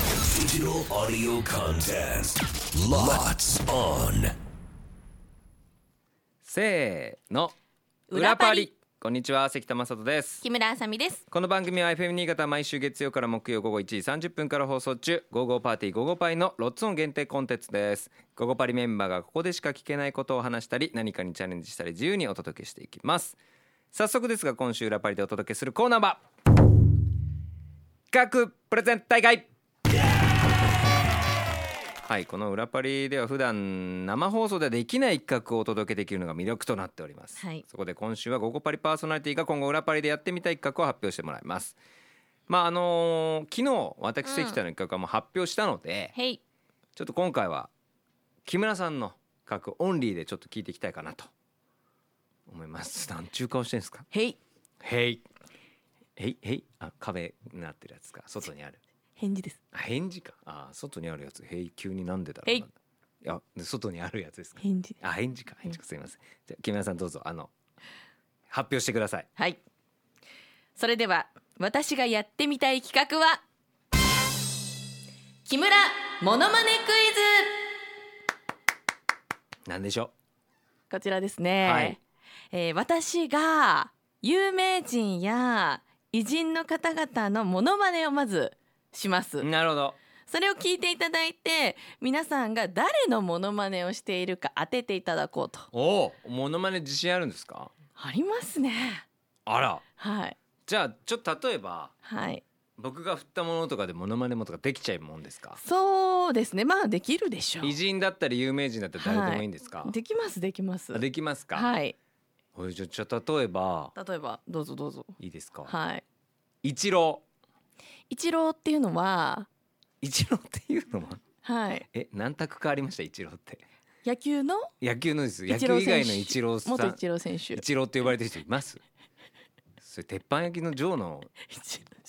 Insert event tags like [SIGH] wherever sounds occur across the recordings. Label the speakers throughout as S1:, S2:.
S1: Digital audio contest. Lots on.
S2: せーの
S3: 裏パリ
S2: こんにちは関田正人です
S3: 木村あさみです
S2: この番組は FM 新潟毎週月曜から木曜午後1時30分から放送中「午後パーティー午後パイ」のロッツオン限定コンテンツです午後パリメンバーがここでしか聞けないことを話したり何かにチャレンジしたり自由にお届けしていきます早速ですが今週裏パリでお届けするコーナーは企画プレゼン大会はいこの「裏パリ」では普段生放送ではできない企画をお届けできるのが魅力となっております、
S3: はい
S2: そこで今週は「午後パリ」パーソナリティが今後裏パリでやってみたい企画を発表してもらいますまああのー昨日私関田の企画はもう発表したので、
S3: へい
S2: ちょっと今回は木村さんの企画オンリーでちょっと聞いていきたいかなと思います何ちゅう顔してんですか
S3: へい
S2: へいへいへいあ壁になってるやつか外にある
S3: 返事です
S2: あ返事かあ外にあるやつへい急になんでだろう
S3: へい
S2: ないやで外にあるやつですか
S3: 返事
S2: あ返事か返事かすいませんじゃあ木村さんどうぞあの発表してください
S3: はいそれでは私がやってみたい企画は木村モノマネクイズ
S2: なんでしょ
S3: こちらですね、
S2: はい
S3: えー私が有名人や偉人の方々のモノマネをまずします
S2: うなるほど
S3: それを聞いていただいて皆さんが誰のモノマネをしているか当てていただこうと
S2: おおモノマネ自信あるんですか
S3: ありますね
S2: あら
S3: はい
S2: じゃあちょっと例えば
S3: はい
S2: 僕が振ったものとかでモノマネもとかできちゃうもんですか
S3: そうですねまあできるでしょ
S2: 偉人だったり有名人だったり誰でもいいんですか、
S3: うできますできます
S2: あできますか、
S3: はい
S2: おいじゃあじゃあ例えば
S3: 例えばどうぞどうぞ
S2: いいですか、
S3: はい
S2: 一郎
S3: 一郎っていうのは
S2: 一郎っていうのは
S3: はい
S2: [LAUGHS] え何択かありました一郎って
S3: 野球の
S2: 野球のです野
S3: 一
S2: 球
S3: 郎
S2: 以
S3: 選手
S2: 外の一郎さ
S3: 元
S2: ん
S3: 一郎選手
S2: 一郎って呼ばれてる人いますそれ鉄板焼きのジョーの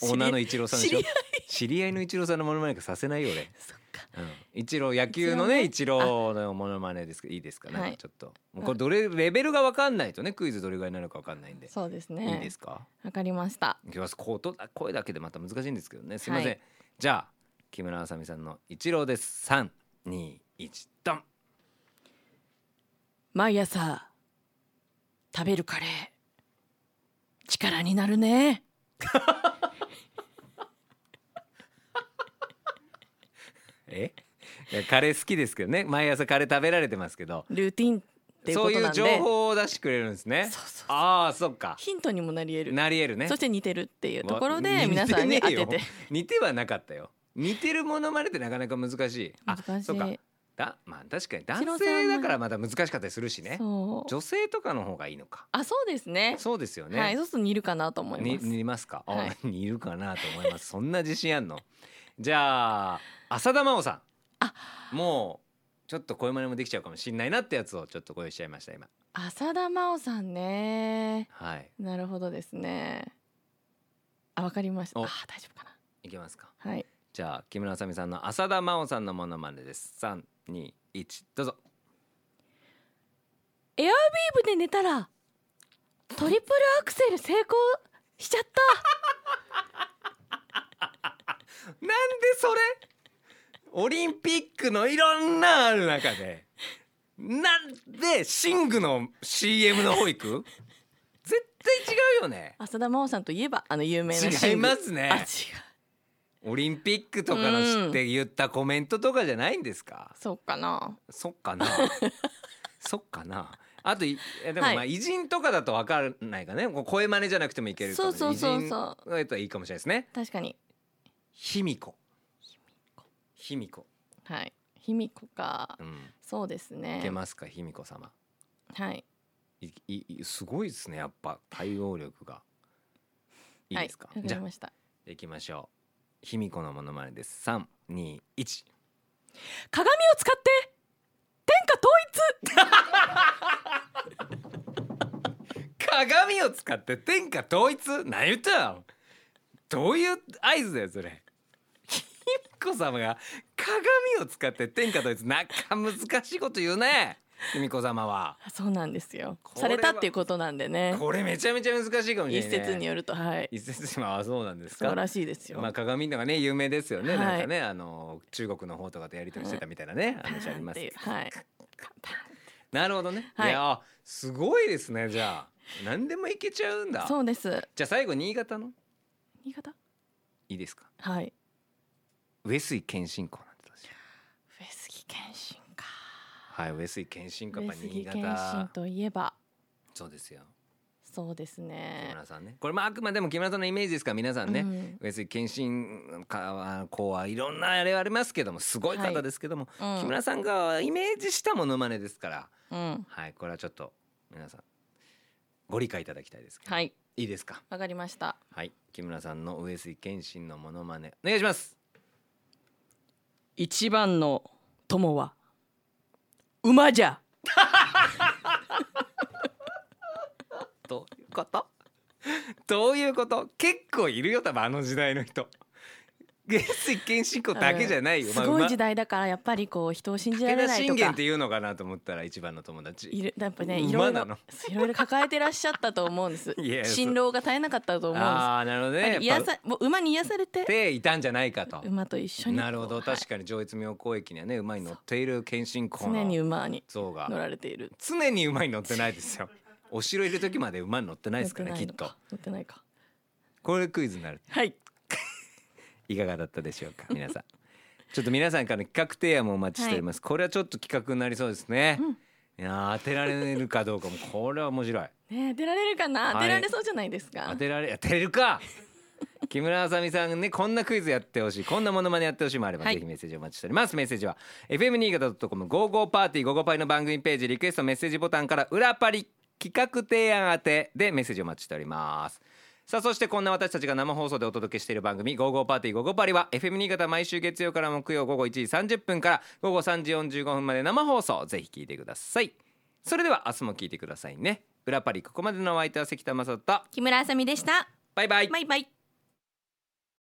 S2: オーナーの
S3: 知り
S2: 一郎さんでしょ
S3: 知り
S2: 知り合いの一郎さんのモノマネかさせないよ俺、
S3: そっか
S2: うん、一郎野球のね一
S3: 郎ね
S2: 郎のモノマネですけどいいですかね、
S3: はい
S2: ちょっともうこれどれレベルが分かんないとねクイズどれぐらいになるか分かんないんで、
S3: そうですね
S2: いいですか
S3: わかりました
S2: いきますこと声だけでまた難しいんですけどねすいません、
S3: はい
S2: じゃあ木村あさみさんの一郎です321ドン
S3: 毎朝食べるカレー力になるね
S2: え [LAUGHS] いやカレー好きですけどね毎朝カレー食べられてますけど
S3: ルーティンっていう
S2: そ
S3: こ
S2: う
S3: と
S2: い
S3: な
S2: うん
S3: で
S2: 情報を出してくれるんですね
S3: そうそう
S2: ああそっか
S3: ヒントにもなり得る
S2: なりえるね
S3: そして似てるっていうところ
S2: わ
S3: で皆さんに当て
S2: 似ねえ
S3: て
S2: よ似てはなかったよ似てるものまねってなかなか難しいあ
S3: 難しい
S2: そうかだまあ確かに男性だからまだ難しかったりするしね
S3: そう
S2: 女性とかの方がいいのか
S3: あそうですね
S2: そうですよね、
S3: はいそうすると似るかなと思い
S2: に
S3: ます
S2: 似ますか、
S3: は
S2: あ
S3: い
S2: 似るかなと思いますそんな自信あんのじゃあ浅田真央さん
S3: あ
S2: もうちょっと声真似もできちゃうかもしんないなってやつをちょっとご用意しちゃいました今
S3: 浅田真央さんね
S2: はい
S3: なるほどですねあわかりましたあ
S2: お
S3: 大丈夫か
S2: いけますか
S3: なはい
S2: じゃあ木村あさみさんの浅田真央さんのモノマネです321どうぞ
S3: エアウィーブで寝たらトリプルアクセル成功しちゃっ
S2: なんでそれオリンピックのいろんなある中でなんで寝具の CM の方行く絶対違うよね
S3: た浅田真央さんといえばあの有名な
S2: 違いますね
S3: あ違う
S2: オリンピックとかの知って言ったコメントとかじゃないんですか、
S3: そうかな
S2: そっ
S3: [LAUGHS]
S2: かなそっかなあといえでも
S3: はい
S2: まあ偉人とかだと分からないかねこう声真似じゃなくてもいけるかもね
S3: そうそうそうそ
S2: 偉
S3: う
S2: 人だといいかもしれないですね
S3: 確かに
S2: 卑弥呼卑弥呼
S3: はい卑弥呼か
S2: うん
S3: そうです
S2: い
S3: ね
S2: けますか卑弥呼様
S3: はい
S2: いいいすごいですねやっぱ対応力がいいですか、
S3: はい、わか
S2: じゃ
S3: り
S2: あ
S3: ました
S2: 行きましょう卑弥呼のモノマネです321
S3: 鏡を使って天下統一
S2: 鏡を使って天下統一何言ったのどういう合図だよそれ卑弥呼様が鏡を使って天下統一なんか難しいこと言うね卑弥呼様は
S3: そうなんですよ
S2: これ
S3: さ
S2: は
S3: れたっていうことなんでね
S2: これめちゃめちゃ難しいかもしれない、ね、
S3: 一説によるとはい
S2: 一説にはそうなんです
S3: そう
S2: から
S3: しいですよ、
S2: まあ鏡のがね有名ですよね、
S3: はい
S2: なんかねあの中国の方とかとやり取りしてたみたいなね、話あります
S3: パーンっていうはい
S2: なるほどね、
S3: はい
S2: い、やすごいですねじゃあ何でもいけちゃうんだ
S3: そうです
S2: じゃあ最後新潟の
S3: 新潟
S2: いいですか
S3: はい
S2: 上水健信校なんてどうしよう
S3: 上杉謙信か
S2: はい上水健信校やっぱ
S3: 上
S2: 新
S3: 杉謙信
S2: 潟
S3: といえば
S2: そうですよ
S3: そうです
S2: 木
S3: ね
S2: 村さんねこれまああくまでも木村さんのイメージですから皆さんね、
S3: うん
S2: 上杉謙信かこうはいろんなあれはありますけどもすごい方ですけども、
S3: うん
S2: 木村さんがイメージしたものまねですから
S3: うん
S2: はいこれはちょっと皆さんご理解いただきたいですけど、
S3: はい
S2: いいですか
S3: わかりました
S2: はい木村さんの上杉謙信のモノマネお願いします
S4: 一番の友は馬じゃ
S2: どういうことどういうこと結構いるよ多分あの時代の人 [LAUGHS] 上杉謙信公だけじゃないよ、
S3: すごい時
S2: 代
S3: 代だからやっぱりこう人を信じら
S2: 武
S3: れ
S2: 田
S3: ないと
S2: 信玄
S3: か
S2: っていうのかなと思ったら一番の友達
S3: いるやっぱね
S2: 馬
S3: いろいろ
S2: なの
S3: いろいろ抱えてらっしゃったと思うんです
S2: [LAUGHS] いやいやそう
S3: 辛労が絶えなかったと思うんです
S2: ああーなるほど
S3: やっぱ
S2: ね
S3: り
S2: や
S3: 癒
S2: っぱ
S3: さもう馬に癒されて
S2: 手いたんじゃないかと
S3: 馬と一緒に
S2: なるほ
S3: こ
S2: ど
S3: うはい
S2: 確かに上越妙高駅にはね馬に乗っている謙信公
S3: 常に
S2: の
S3: 馬に
S2: 像が
S3: 乗られている
S2: 常に馬に乗ってないですよお城いる時まで馬に乗ってないですからねきっ
S3: 乗ってないの
S2: と
S3: か乗ってないか
S2: これクイズになる
S3: はい
S2: いかがだったでしょうか皆さん [LAUGHS] ちょっと皆さんからの企画提案もお待ちしております、これはちょっと企画になりそうですね、いやー当てられるかどうかもこれは面白い
S3: ねえ当てられるかな
S2: い
S3: 当てられそうじゃないですか、
S2: 当てられ当てれるか
S3: [LAUGHS]
S2: 木村あさみさんねこんなクイズやってほしいこんなモノマネやってほしいもあれば、
S3: はい
S2: ぜひメッセージお待ちしておりますメッセージは FM 新潟 .com 55パーティー55パイの番組ページリクエストメッセージボタンから裏パリ企画提案宛てでメッセージお待ちしておりますさあそしてこんな私たちが生放送でお届けしている番組「ゴーゴーパーティーゴーゴーパリ」は FM 新潟毎週月曜から木曜午後1時30分から午後3時45分まで生放送ぜひ聞いてくださいそれでは明日も聞いてくださいね裏パリここまでのお相手は関田正人
S3: 木村あさみでした
S2: バイバイ
S3: バイバイ